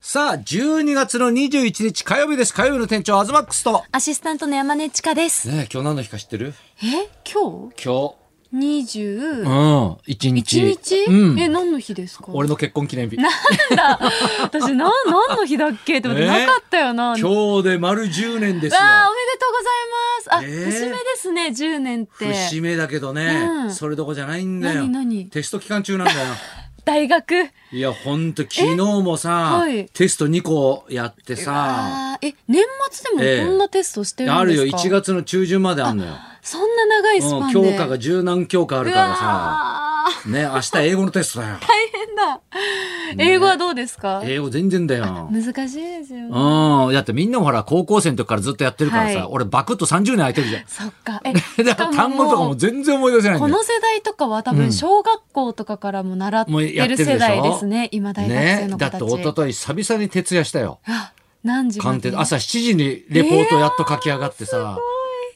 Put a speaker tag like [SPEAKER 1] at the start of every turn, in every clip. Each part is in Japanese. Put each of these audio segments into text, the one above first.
[SPEAKER 1] さあ、12月の21日火曜日です。火曜日の店長、アズマックスと。
[SPEAKER 2] アシスタントの山根千佳です。
[SPEAKER 1] ねえ、今日何の日か知ってる
[SPEAKER 2] え今
[SPEAKER 1] 今日。
[SPEAKER 2] 日二十
[SPEAKER 1] うん、1日。
[SPEAKER 2] 一日、
[SPEAKER 1] うん。
[SPEAKER 2] え、何の日ですか
[SPEAKER 1] 俺の結婚記念日。
[SPEAKER 2] 私、な、何の日だっけって思って
[SPEAKER 1] え
[SPEAKER 2] なかったよな。わ
[SPEAKER 1] 今日で丸10年ですよ。
[SPEAKER 2] あ、おめでとうございます。あ、
[SPEAKER 1] えー
[SPEAKER 2] 節目ですね、10年って。
[SPEAKER 1] 節目だけどね、
[SPEAKER 2] うん
[SPEAKER 1] それどこじゃないんだよ。
[SPEAKER 2] 何何
[SPEAKER 1] テスト期間中なんだ よ。
[SPEAKER 2] 大学。
[SPEAKER 1] いや、ほんと、昨日もさ、
[SPEAKER 2] えはい
[SPEAKER 1] テスト2個やってさ、
[SPEAKER 2] あーえ、年末
[SPEAKER 1] え
[SPEAKER 2] で
[SPEAKER 1] え
[SPEAKER 2] もこんなテストしてる
[SPEAKER 1] あ
[SPEAKER 2] んで
[SPEAKER 1] る
[SPEAKER 2] す
[SPEAKER 1] よ、
[SPEAKER 2] か、
[SPEAKER 1] 1。月の中旬まであんのよ。
[SPEAKER 2] そんな長いス
[SPEAKER 1] う
[SPEAKER 2] パ
[SPEAKER 1] ん、
[SPEAKER 2] ンで。
[SPEAKER 1] 教科が十何教科あるからさ、
[SPEAKER 2] うわー
[SPEAKER 1] ね、明日英語のテストだよ。
[SPEAKER 2] 大変だ。英語はどうですか、
[SPEAKER 1] 英語全然だよ。
[SPEAKER 2] 難しいですよね。
[SPEAKER 1] うん。だってみんなもほら、高校生の時からずっとやってるからさ、
[SPEAKER 2] はい
[SPEAKER 1] 俺バクッと30年空いてる じゃん。
[SPEAKER 2] そっか。 え、
[SPEAKER 1] だから単語とかも全然思い出せないんだ
[SPEAKER 2] こ
[SPEAKER 1] よ
[SPEAKER 2] の。世代とかは多
[SPEAKER 1] うん
[SPEAKER 2] 分小学校とかからも習って
[SPEAKER 1] もうやってる
[SPEAKER 2] る
[SPEAKER 1] でしょ
[SPEAKER 2] 世代ですね、今大学生
[SPEAKER 1] ね
[SPEAKER 2] の
[SPEAKER 1] だ
[SPEAKER 2] 子
[SPEAKER 1] ったて
[SPEAKER 2] ち、
[SPEAKER 1] 一昨日久々に徹夜したよ。
[SPEAKER 2] あ何時ま
[SPEAKER 1] 鑑
[SPEAKER 2] で
[SPEAKER 1] 定朝7時にレポートやっと書き上がってさ、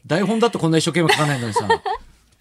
[SPEAKER 1] 台本だってこんな一生懸命書かないのにさ、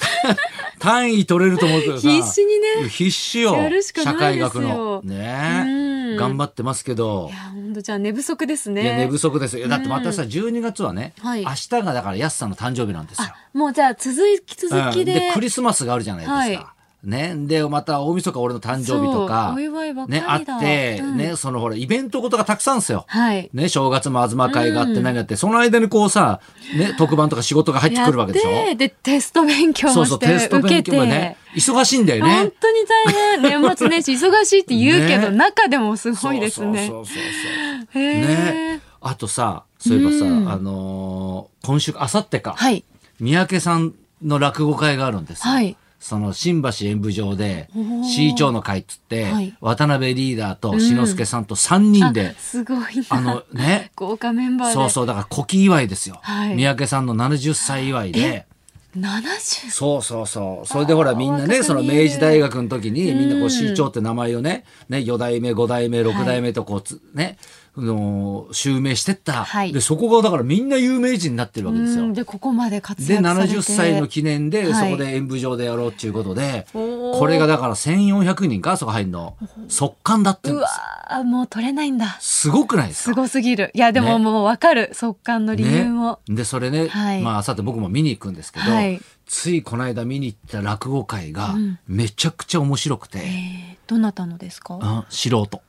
[SPEAKER 1] 単位取れると思うけどさ、
[SPEAKER 2] 必死にね
[SPEAKER 1] 必死よ。
[SPEAKER 2] やるしか
[SPEAKER 1] 社
[SPEAKER 2] ない
[SPEAKER 1] 会
[SPEAKER 2] です
[SPEAKER 1] 学の。
[SPEAKER 2] よ
[SPEAKER 1] ね
[SPEAKER 2] うん
[SPEAKER 1] 頑張ってますけど
[SPEAKER 2] いや。本当じゃあ寝不足ですね
[SPEAKER 1] いや、寝不足ですよ。だってまたさ、12月はね、
[SPEAKER 2] はい
[SPEAKER 1] 明日がだから安さんの誕生日なんですよ。
[SPEAKER 2] あもうじゃあ続き続
[SPEAKER 1] う
[SPEAKER 2] き
[SPEAKER 1] ん
[SPEAKER 2] で,、
[SPEAKER 1] クリスマスがあるじゃないですか。
[SPEAKER 2] はい
[SPEAKER 1] ね、でまた大晦日俺の誕生日とか
[SPEAKER 2] そうお祝いばっか
[SPEAKER 1] ね
[SPEAKER 2] りだ
[SPEAKER 1] あって、
[SPEAKER 2] うん
[SPEAKER 1] ねそのほらイベントことがたくさんですよ。
[SPEAKER 2] はい
[SPEAKER 1] ね、正月も東会があって何やって、その間にこうさ、ね、特番とか仕事が入ってくるわけでしょ
[SPEAKER 2] やってでテスト勉強
[SPEAKER 1] そう
[SPEAKER 2] も
[SPEAKER 1] そう
[SPEAKER 2] して
[SPEAKER 1] テスト
[SPEAKER 2] 受け
[SPEAKER 1] 勉強
[SPEAKER 2] て、
[SPEAKER 1] もね忙しいんだよ
[SPEAKER 2] 本
[SPEAKER 1] ね。
[SPEAKER 2] 当に大変年末年始忙しいって言うけど、
[SPEAKER 1] ね
[SPEAKER 2] 中でもすごいですね
[SPEAKER 1] そうそうそうそう
[SPEAKER 2] へえ、
[SPEAKER 1] ねあとさそういえばさ、
[SPEAKER 2] うん
[SPEAKER 1] あのー今週あさってか、
[SPEAKER 2] はい
[SPEAKER 1] 三宅さんの落語会があるんですよ。
[SPEAKER 2] はい
[SPEAKER 1] その新橋演舞場で
[SPEAKER 2] おー
[SPEAKER 1] 市長の会っつって、
[SPEAKER 2] はい
[SPEAKER 1] 渡辺リーダーと志の輔さんと3人で
[SPEAKER 2] あ、すごいな
[SPEAKER 1] あの ね
[SPEAKER 2] 豪華メンバーで
[SPEAKER 1] そうそうだから古希祝いですよ、
[SPEAKER 2] はい
[SPEAKER 1] 三宅さんの70歳祝いで
[SPEAKER 2] 70
[SPEAKER 1] そうそうそうそれでほらみんなね
[SPEAKER 2] 若く
[SPEAKER 1] その
[SPEAKER 2] 見える
[SPEAKER 1] 明治大学の時にみんなこ
[SPEAKER 2] う
[SPEAKER 1] うん市長って名前をねね4代目5代目6代目とこうつ、ねあのー襲名してった、
[SPEAKER 2] はい
[SPEAKER 1] でそこがだからみんな有名人になってるわけですよ
[SPEAKER 2] うん。でここまで活躍
[SPEAKER 1] で
[SPEAKER 2] されて
[SPEAKER 1] 70歳の記念で、
[SPEAKER 2] はい
[SPEAKER 1] そこで演舞場でやろうっていうことで
[SPEAKER 2] おー
[SPEAKER 1] これがだから1400人かそこ入るの速乾だって言
[SPEAKER 2] う
[SPEAKER 1] うん
[SPEAKER 2] わ
[SPEAKER 1] ですよ
[SPEAKER 2] ーもう取れないんだ
[SPEAKER 1] すごくないです
[SPEAKER 2] す
[SPEAKER 1] か
[SPEAKER 2] ごすぎるいやでも
[SPEAKER 1] ね
[SPEAKER 2] もうわかる速乾の理由も、
[SPEAKER 1] ね、でそれね、
[SPEAKER 2] はい
[SPEAKER 1] まああさって僕も見に行くんですけど、
[SPEAKER 2] はい
[SPEAKER 1] ついこの間見に行った落語会が
[SPEAKER 2] うん
[SPEAKER 1] めちゃくちゃ面白くて、
[SPEAKER 2] えーどなたのですか
[SPEAKER 1] うん素人。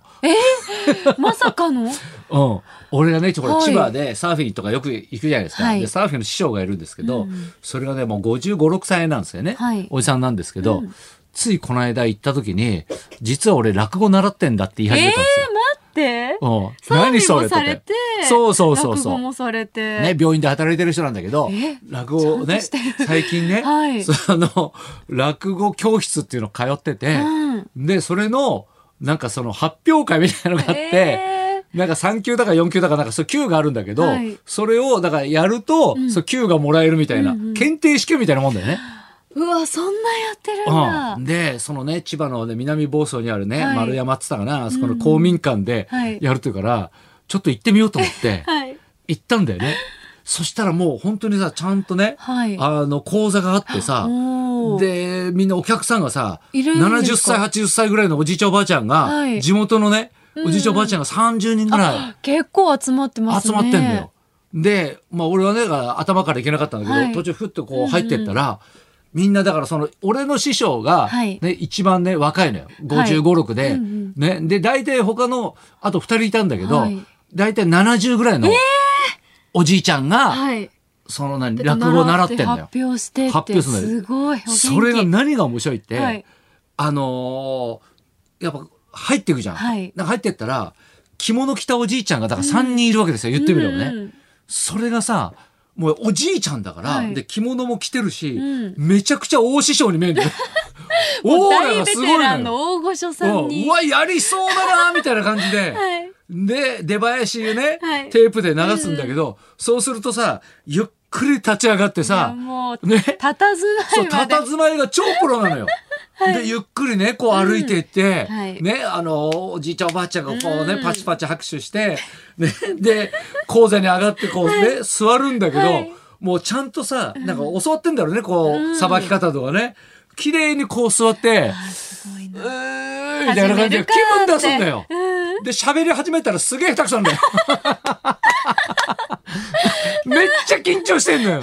[SPEAKER 2] まさかの
[SPEAKER 1] うん、俺がね、これ
[SPEAKER 2] はい
[SPEAKER 1] 千葉でサーフィンとかよく行くじゃないですか。
[SPEAKER 2] はい
[SPEAKER 1] でサーフィンの師匠がいるんですけど、
[SPEAKER 2] うん
[SPEAKER 1] それがね、もう55、6歳なんですよね。
[SPEAKER 2] はい
[SPEAKER 1] おじさんなんですけど、
[SPEAKER 2] うん
[SPEAKER 1] ついこの間行った時に、実は俺落語習ってんだって言い
[SPEAKER 2] え
[SPEAKER 1] 始め
[SPEAKER 2] ー待
[SPEAKER 1] たんですよ。
[SPEAKER 2] って
[SPEAKER 1] うん
[SPEAKER 2] サーフ
[SPEAKER 1] 何そ
[SPEAKER 2] ィ
[SPEAKER 1] れって
[SPEAKER 2] ンもされて
[SPEAKER 1] そうそうそうそう
[SPEAKER 2] 落語もされて、
[SPEAKER 1] ね、病院で働いてる人なんだけど
[SPEAKER 2] え、
[SPEAKER 1] 落語をね
[SPEAKER 2] ちゃんとし、てる
[SPEAKER 1] 最近ね、
[SPEAKER 2] はい
[SPEAKER 1] その、落語教室っていうの通ってて、
[SPEAKER 2] うん
[SPEAKER 1] で、それの、なんかその発表会みたいなのがあって、
[SPEAKER 2] え
[SPEAKER 1] なんか3級だか4級だかなんかそう級があるんだけど、
[SPEAKER 2] はい
[SPEAKER 1] それをだからやると、
[SPEAKER 2] うん
[SPEAKER 1] そう級がもらえるみたいな、
[SPEAKER 2] うんうん
[SPEAKER 1] 検定試験みたいなもんだよね。
[SPEAKER 2] ーうわそんなやってるんだ、
[SPEAKER 1] うん、でそのね千葉の、ね、南房総にあるね、
[SPEAKER 2] はい
[SPEAKER 1] 丸山っつったかなあそこの公民館で
[SPEAKER 2] はい
[SPEAKER 1] やるっていうから、ちょっと行ってみようと思って
[SPEAKER 2] はい
[SPEAKER 1] 行ったんだよね。そしたらもう本当にさちゃんとね、
[SPEAKER 2] はい
[SPEAKER 1] あの講座があってさ
[SPEAKER 2] お
[SPEAKER 1] で
[SPEAKER 2] ー
[SPEAKER 1] みんなお客さんがさ
[SPEAKER 2] いるんです
[SPEAKER 1] 70歳
[SPEAKER 2] か
[SPEAKER 1] 80歳ぐらいのおじいちゃんおばあちゃんが、
[SPEAKER 2] はい
[SPEAKER 1] 地元のねおじいちゃんおば
[SPEAKER 2] うんうん
[SPEAKER 1] あちゃんが30人ぐらい。
[SPEAKER 2] 結構集まってます
[SPEAKER 1] 集
[SPEAKER 2] ね
[SPEAKER 1] まってんだよ。で、まあ俺はね、だから頭からいけなかったんだけど、
[SPEAKER 2] はい
[SPEAKER 1] 途中ふっとこう入ってったら、みんなだからその、俺の師匠が、
[SPEAKER 2] は
[SPEAKER 1] ね
[SPEAKER 2] い、
[SPEAKER 1] 一番ね、若いのよ。
[SPEAKER 2] はい
[SPEAKER 1] 55、6で、
[SPEAKER 2] うんうん
[SPEAKER 1] ね。で、大体他の、あと2人いたんだけど、
[SPEAKER 2] はい
[SPEAKER 1] 大体70ぐらいの、おじいちゃんが、
[SPEAKER 2] はい
[SPEAKER 1] その何、落語を習ってんだよ。
[SPEAKER 2] 発表してって
[SPEAKER 1] 発表するんだよ
[SPEAKER 2] すごいお元気
[SPEAKER 1] それが何が面白いって、
[SPEAKER 2] はい
[SPEAKER 1] あのーやっぱ入っていくじゃん。
[SPEAKER 2] はい
[SPEAKER 1] なんか入ってったら、着物着たおじいちゃんがだから3人いるわけですよ。言ってみればね。
[SPEAKER 2] うん
[SPEAKER 1] それがさ、もうおじいちゃんだから、
[SPEAKER 2] はい
[SPEAKER 1] で着物も着てるし、
[SPEAKER 2] うん
[SPEAKER 1] めちゃくちゃ大師匠に見えるんだよ。
[SPEAKER 2] も
[SPEAKER 1] オ
[SPEAKER 2] う
[SPEAKER 1] ーラ
[SPEAKER 2] 大
[SPEAKER 1] が
[SPEAKER 2] ベ
[SPEAKER 1] すごい
[SPEAKER 2] テ
[SPEAKER 1] の
[SPEAKER 2] ラ
[SPEAKER 1] よ。
[SPEAKER 2] ンの大御所
[SPEAKER 1] う
[SPEAKER 2] さん
[SPEAKER 1] ん
[SPEAKER 2] に。
[SPEAKER 1] うわ、やりそうだな、みたいな感じ で。
[SPEAKER 2] はい。
[SPEAKER 1] で、出囃子ね、
[SPEAKER 2] はい
[SPEAKER 1] テープで流すんだけど、そうするとさ、ゆっくり立ち上がって
[SPEAKER 2] いや
[SPEAKER 1] さ、
[SPEAKER 2] もう、
[SPEAKER 1] ね、
[SPEAKER 2] たたず
[SPEAKER 1] そう、
[SPEAKER 2] まいまで。
[SPEAKER 1] 佇まいが超プロなのよ。で、ゆっくりね、こう歩いていって、
[SPEAKER 2] うんはい
[SPEAKER 1] ね、あの、おじいちゃんおばあちゃんがこうね、
[SPEAKER 2] うん
[SPEAKER 1] パチパチ拍手して、ね、で、講座に上がってこうね、座るんだけど、
[SPEAKER 2] はい
[SPEAKER 1] もうちゃんとさ、なんか教わってんだろうね、こ
[SPEAKER 2] う
[SPEAKER 1] う、
[SPEAKER 2] ん
[SPEAKER 1] さばき方とかね。綺麗にこう座って、
[SPEAKER 2] すごいうな。
[SPEAKER 1] ーみたいな感じで気分出すんだよ。
[SPEAKER 2] うん
[SPEAKER 1] で、喋り始めたらすげえ下手くそなん だよ。めっちゃ緊張してんのよ。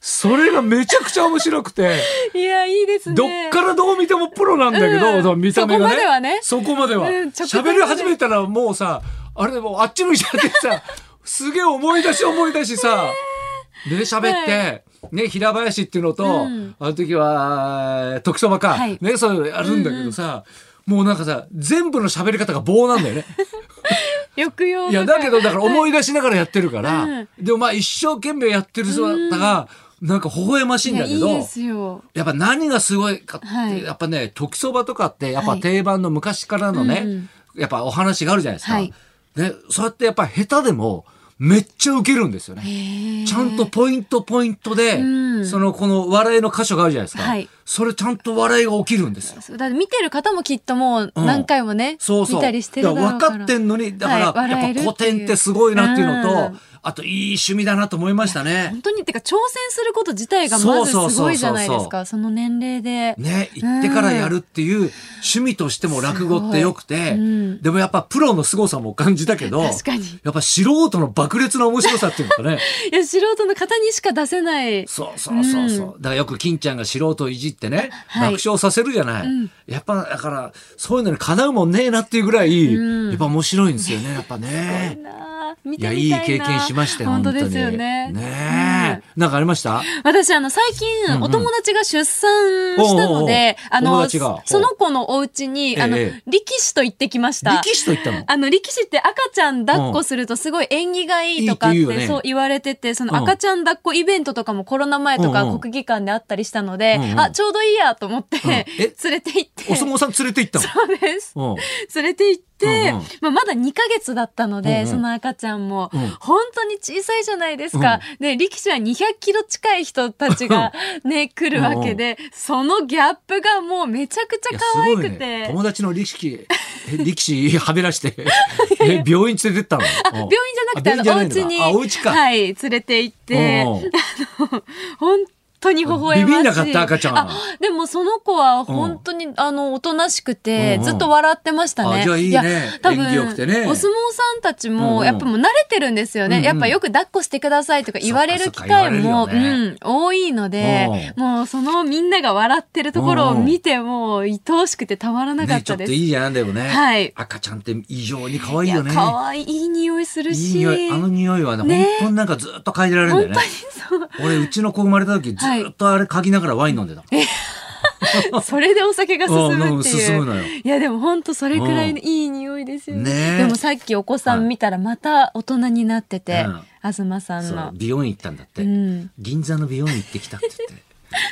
[SPEAKER 1] それがめちゃくちゃ面白くて、
[SPEAKER 2] いや、いいですね。
[SPEAKER 1] どっからどう見てもプロなんだけど、
[SPEAKER 2] うん
[SPEAKER 1] その見た目がね。
[SPEAKER 2] そこまではね
[SPEAKER 1] そこまでは
[SPEAKER 2] うん直接
[SPEAKER 1] 喋り始めたらもうさ、あれでもうあっち向いちゃって さ、すげえ思い出し思い出しさ、で喋って、ね、平林っていうのと、
[SPEAKER 2] うん
[SPEAKER 1] あの時は、時そばか、
[SPEAKER 2] はい
[SPEAKER 1] ね、そういうのあるんだけどさ、もうなんかさ、全部の喋り方が棒なんだよ ね。
[SPEAKER 2] 抑揚
[SPEAKER 1] いや、
[SPEAKER 2] とか
[SPEAKER 1] だけど、だから思い出しながらやってるから、
[SPEAKER 2] うん
[SPEAKER 1] でもまあ一生懸命やってる姿が、なんか微笑ましいんだけど、
[SPEAKER 2] いやいいですよ。
[SPEAKER 1] やっぱ何がすごいかって、
[SPEAKER 2] はい
[SPEAKER 1] やっぱね、時そばとかって、やっぱ
[SPEAKER 2] はい
[SPEAKER 1] 定番の昔からのね、
[SPEAKER 2] うん
[SPEAKER 1] やっぱお話があるじゃないですか。
[SPEAKER 2] はい
[SPEAKER 1] ね、そうやってやっぱ下手でも、めっちゃウケるんですよね。ち
[SPEAKER 2] ち
[SPEAKER 1] ゃんとポイントポイントで、
[SPEAKER 2] うん
[SPEAKER 1] そのこの笑いの箇所があるじゃないですか。
[SPEAKER 2] はい
[SPEAKER 1] それちゃんと笑いが起きるんですよ。
[SPEAKER 2] そうだって見てる方もきっともう
[SPEAKER 1] うん
[SPEAKER 2] 何回もね、
[SPEAKER 1] そうそう。
[SPEAKER 2] 見たりしてるだろう
[SPEAKER 1] だから
[SPEAKER 2] から
[SPEAKER 1] 分かってんのに、だから、
[SPEAKER 2] はい笑
[SPEAKER 1] や
[SPEAKER 2] え
[SPEAKER 1] っ
[SPEAKER 2] る
[SPEAKER 1] ぱ
[SPEAKER 2] っていう
[SPEAKER 1] 古典ってすごいなっていうのと、
[SPEAKER 2] うん
[SPEAKER 1] あといい趣味だなと思いましたね。
[SPEAKER 2] 本当にってか挑戦すること自体がまず
[SPEAKER 1] そうそうそうそう
[SPEAKER 2] すごいじゃないですかその年齢で、
[SPEAKER 1] ね、行ってからやるっていう趣味としても落語って良くて、
[SPEAKER 2] すごいうん
[SPEAKER 1] でもやっぱプロの凄さも感じたけど、や
[SPEAKER 2] 確かにい
[SPEAKER 1] っぱ素人の爆裂の面白さっていうのか ね。
[SPEAKER 2] や素人の方にしか出せない
[SPEAKER 1] そうそうそうそう。だからよく金ちゃんが素人をいじってね、
[SPEAKER 2] はい
[SPEAKER 1] 爆笑させるじゃない。
[SPEAKER 2] うん
[SPEAKER 1] やっぱだから、そういうのにかなうもんねえなっていうぐらい、
[SPEAKER 2] うん
[SPEAKER 1] やっぱ面白いんですよね、やっぱね。
[SPEAKER 2] なあ見
[SPEAKER 1] い
[SPEAKER 2] て
[SPEAKER 1] や、
[SPEAKER 2] みたい
[SPEAKER 1] いい
[SPEAKER 2] な
[SPEAKER 1] 経験しましたよ、
[SPEAKER 2] 本
[SPEAKER 1] 本当に。
[SPEAKER 2] 当ですよね
[SPEAKER 1] ねえなんかありました
[SPEAKER 2] うん私あの最
[SPEAKER 1] うんう
[SPEAKER 2] 近
[SPEAKER 1] ん
[SPEAKER 2] お友達が出産したので、
[SPEAKER 1] おうおうおうお
[SPEAKER 2] あ
[SPEAKER 1] 友
[SPEAKER 2] の
[SPEAKER 1] 達がほう
[SPEAKER 2] その子のお家に、あの
[SPEAKER 1] ええ
[SPEAKER 2] 力士と行ってきました
[SPEAKER 1] 力士と言ったの
[SPEAKER 2] あの力士って赤ちゃん抱っこするとすごい縁起がいいとかっ
[SPEAKER 1] いいって言うよね
[SPEAKER 2] てそう言われてて、その
[SPEAKER 1] うん
[SPEAKER 2] 赤ちゃん抱っこイベントとかもコロナ前とか
[SPEAKER 1] うんうん
[SPEAKER 2] 国技館であったりしたので、
[SPEAKER 1] うんうん
[SPEAKER 2] あ、ちょうどいいやと思って、
[SPEAKER 1] んえ
[SPEAKER 2] 連れて行って。
[SPEAKER 1] お相撲さん連れて行ったの
[SPEAKER 2] そうです。
[SPEAKER 1] うん
[SPEAKER 2] 連れて行って、
[SPEAKER 1] うんうん
[SPEAKER 2] まあ、まだ2ヶ月だったので、
[SPEAKER 1] うんうん
[SPEAKER 2] その赤ちゃんも、
[SPEAKER 1] うん
[SPEAKER 2] 本当に小さいじゃないですか。で、力士は200キロ近い人たちがね、来るわけで、そのギャップがもうめちゃくち
[SPEAKER 1] い
[SPEAKER 2] ゃ
[SPEAKER 1] や
[SPEAKER 2] 可愛
[SPEAKER 1] すごい
[SPEAKER 2] くて。
[SPEAKER 1] ね友達の力士、 え力士はべらして、え病院連れてったの病
[SPEAKER 2] 病院じゃなくて、あの、お家に、
[SPEAKER 1] あ、お家か。
[SPEAKER 2] はい、連れて行って、
[SPEAKER 1] うんうん
[SPEAKER 2] 本当に微笑ましい。
[SPEAKER 1] ビビんなかった赤ちゃん
[SPEAKER 2] あ、でもその子は本当に、あの、おとなしくて、
[SPEAKER 1] うんうん
[SPEAKER 2] ずっと笑ってましたね。
[SPEAKER 1] あじゃあいいね
[SPEAKER 2] いや多
[SPEAKER 1] 縁
[SPEAKER 2] 分、
[SPEAKER 1] 起良くてね
[SPEAKER 2] お相撲さんたち
[SPEAKER 1] うんう
[SPEAKER 2] も、
[SPEAKER 1] ん
[SPEAKER 2] やっぱもう慣れてるんですよね。
[SPEAKER 1] うんうん
[SPEAKER 2] やっぱよく抱っこしてくださいとか言われ
[SPEAKER 1] そ
[SPEAKER 2] る
[SPEAKER 1] っか
[SPEAKER 2] 機
[SPEAKER 1] そっか
[SPEAKER 2] 会も、
[SPEAKER 1] 言われるよ
[SPEAKER 2] うん、多いので、もうそのみんなが笑ってるところを見て、もう愛おしくてたまらなか
[SPEAKER 1] ね
[SPEAKER 2] っ
[SPEAKER 1] ちょ
[SPEAKER 2] た
[SPEAKER 1] っと
[SPEAKER 2] です。
[SPEAKER 1] いいじゃん、でもね。
[SPEAKER 2] はい
[SPEAKER 1] 赤ちゃんって異常に可愛いよね。
[SPEAKER 2] 可愛いい、いい匂いする
[SPEAKER 1] いい
[SPEAKER 2] し。
[SPEAKER 1] 匂い。あの匂いはね、
[SPEAKER 2] ね
[SPEAKER 1] 本当になんかずっと嗅いでられるんだよね。
[SPEAKER 2] そう
[SPEAKER 1] 俺、うちの子生まれた時、ずっとあれ嗅ぎながらワイン飲んでた。
[SPEAKER 2] それでお酒が進むっていう。
[SPEAKER 1] うん進むのよ。
[SPEAKER 2] いやでもほんとそれくらいのいい匂いですよね。
[SPEAKER 1] ねえ
[SPEAKER 2] でもさっきお子さん見たらまた大人になってて、
[SPEAKER 1] うん
[SPEAKER 2] 東さん
[SPEAKER 1] そう
[SPEAKER 2] の。
[SPEAKER 1] 美容院行ったんだって、
[SPEAKER 2] うん
[SPEAKER 1] 銀座の美容院行ってきたって 言って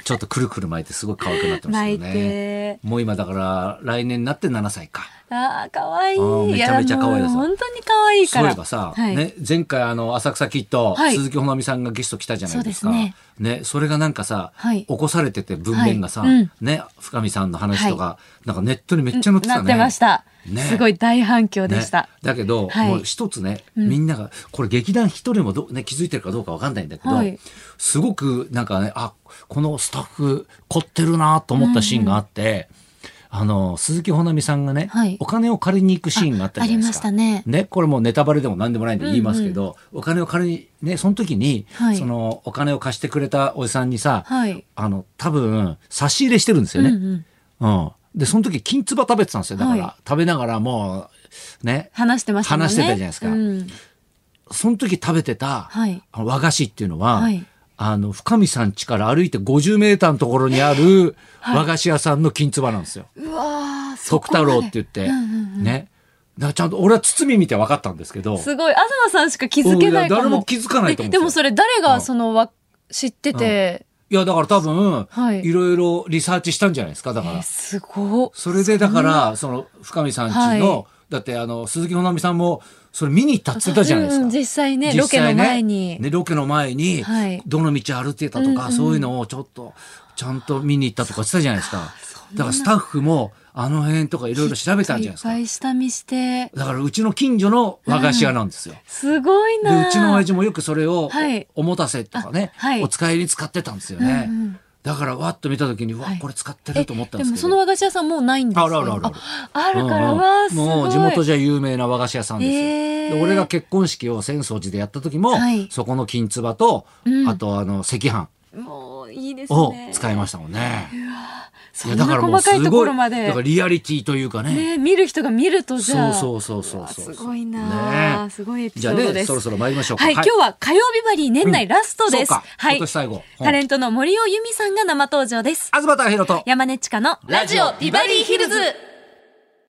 [SPEAKER 1] ちょっとくるくる巻いてすごい可愛くなってます
[SPEAKER 2] 泣
[SPEAKER 1] よ
[SPEAKER 2] い
[SPEAKER 1] ね
[SPEAKER 2] て。
[SPEAKER 1] もう今だから来年になって7歳か
[SPEAKER 2] ああ、かわいい。
[SPEAKER 1] うんめちゃめちゃ可愛いです
[SPEAKER 2] やもう本当に可愛いか
[SPEAKER 1] そう
[SPEAKER 2] ら。
[SPEAKER 1] いえばさ、
[SPEAKER 2] はい
[SPEAKER 1] ね、前回あの浅草キッド、
[SPEAKER 2] はい
[SPEAKER 1] 鈴木保奈美さんがゲスト来たじゃないですか
[SPEAKER 2] そうです
[SPEAKER 1] ね、それがなんかさ、
[SPEAKER 2] はい
[SPEAKER 1] 起こされてて文面がさ、
[SPEAKER 2] はいうん
[SPEAKER 1] ね、深見さんの話とか、なんかネットにめっちゃ載ってたね。
[SPEAKER 2] なってました。
[SPEAKER 1] ね
[SPEAKER 2] すごい大反響で
[SPEAKER 1] ね
[SPEAKER 2] した。、
[SPEAKER 1] だけど、
[SPEAKER 2] はい
[SPEAKER 1] もう一つね、みんながこれ劇団一人もど、ね、気づいてるかどうかわかんないんだけど、
[SPEAKER 2] はい
[SPEAKER 1] すごくなんかねあこのスタッフ凝ってるなと思ったシーンがあって、あの鈴木保奈美さんがね、
[SPEAKER 2] はい
[SPEAKER 1] お金を借りに行くシーンがあったじゃないですか。
[SPEAKER 2] あありましたね
[SPEAKER 1] これもうネタバレでも何でもないんで言いますけど、お金を借りにねその時に、
[SPEAKER 2] はい
[SPEAKER 1] そのお金を貸してくれたおじさんにさ、
[SPEAKER 2] はい。
[SPEAKER 1] あの多分差し入れしてるんですよね。
[SPEAKER 2] うんうん
[SPEAKER 1] うん、でその時金唾食べてたんですよだから、
[SPEAKER 2] はい
[SPEAKER 1] 食べながらもうね
[SPEAKER 2] 話してましたもんね。
[SPEAKER 1] 話してたじゃないですか
[SPEAKER 2] うん
[SPEAKER 1] その時食べてた
[SPEAKER 2] はい
[SPEAKER 1] あの和菓子っていうのは、
[SPEAKER 2] はい
[SPEAKER 1] あの深見さん家から歩いて50メーターのところにある
[SPEAKER 2] い
[SPEAKER 1] 和菓子屋さんの金唾なんですよ。
[SPEAKER 2] うわーそ
[SPEAKER 1] 徳
[SPEAKER 2] こま
[SPEAKER 1] 太
[SPEAKER 2] で
[SPEAKER 1] 郎って言って、
[SPEAKER 2] うんうんうん
[SPEAKER 1] ねだからちゃんと俺は包み見て分かったんですけど
[SPEAKER 2] すごい。東さんしか気づけな
[SPEAKER 1] うん
[SPEAKER 2] いかも。
[SPEAKER 1] いや誰も気づかないと思うんで
[SPEAKER 2] え
[SPEAKER 1] す
[SPEAKER 2] で
[SPEAKER 1] よ
[SPEAKER 2] もそれ誰がその、わ知ってて、
[SPEAKER 1] いやだから多分、
[SPEAKER 2] はい
[SPEAKER 1] いろいろリサーチしたんじゃないですかだから、
[SPEAKER 2] えーすごっ
[SPEAKER 1] それでだからその深見さん家の、だってあの鈴木保奈美さんもそれ見に行ったって言ってたじゃないですか。
[SPEAKER 2] うんうん実際ね
[SPEAKER 1] 実際
[SPEAKER 2] ロケの前に、
[SPEAKER 1] ね、ロケの前に、
[SPEAKER 2] はい
[SPEAKER 1] どの道歩いてたとか、
[SPEAKER 2] うんうん
[SPEAKER 1] そういうのをちょっと、ちゃんと見に行ったとかしてたじゃないですか。
[SPEAKER 2] んな
[SPEAKER 1] だからスタッフも、あの辺とかいろいろ調べたんじゃないです
[SPEAKER 2] いっ
[SPEAKER 1] か。
[SPEAKER 2] ぱい下見して
[SPEAKER 1] だからうちの近所の和菓子屋なんですよ。
[SPEAKER 2] すごい
[SPEAKER 1] で、
[SPEAKER 2] な
[SPEAKER 1] うちの親父もよくそれを
[SPEAKER 2] はい、
[SPEAKER 1] お持たせとかね
[SPEAKER 2] あは、い
[SPEAKER 1] お使いに使ってたも使ってたんですよね
[SPEAKER 2] うんうん。
[SPEAKER 1] だからわっと見た時に、わ
[SPEAKER 2] はい
[SPEAKER 1] これ使ってると思ったん
[SPEAKER 2] で
[SPEAKER 1] です
[SPEAKER 2] も
[SPEAKER 1] け
[SPEAKER 2] そ
[SPEAKER 1] ど。
[SPEAKER 2] の和菓子屋さんもうないんですよ
[SPEAKER 1] あるあるあるある
[SPEAKER 2] ああるから
[SPEAKER 1] うんうん
[SPEAKER 2] わあすごい
[SPEAKER 1] もう地元じゃ有名な和菓子屋さんですよ。
[SPEAKER 2] へー
[SPEAKER 1] で俺が結婚式を浅草寺でやった時も、
[SPEAKER 2] はい
[SPEAKER 1] そこの金つばと、
[SPEAKER 2] うん
[SPEAKER 1] あとあの赤飯
[SPEAKER 2] もういいです
[SPEAKER 1] を
[SPEAKER 2] ね
[SPEAKER 1] 使いましたもんね。
[SPEAKER 2] そんな細かいところまで
[SPEAKER 1] だからリアリティというかね。
[SPEAKER 2] ね見る人が見るとじ
[SPEAKER 1] そ
[SPEAKER 2] ゃ
[SPEAKER 1] う
[SPEAKER 2] あ
[SPEAKER 1] そうそうそう
[SPEAKER 2] わ
[SPEAKER 1] そう。
[SPEAKER 2] すごいなあ、
[SPEAKER 1] ね
[SPEAKER 2] すごいエピ
[SPEAKER 1] じ
[SPEAKER 2] ソ
[SPEAKER 1] ゃあ
[SPEAKER 2] ードで
[SPEAKER 1] ね、
[SPEAKER 2] す
[SPEAKER 1] そろそろ参りましょうか。
[SPEAKER 2] はい、今日は火曜日バリー年内ラスト
[SPEAKER 1] そう
[SPEAKER 2] です、
[SPEAKER 1] か
[SPEAKER 2] は
[SPEAKER 1] 今
[SPEAKER 2] い
[SPEAKER 1] 年最後。
[SPEAKER 2] タレントの森尾由美さんが生登場です
[SPEAKER 1] 東隆弘と
[SPEAKER 2] 山根千佳のラジオビバリーヒルズ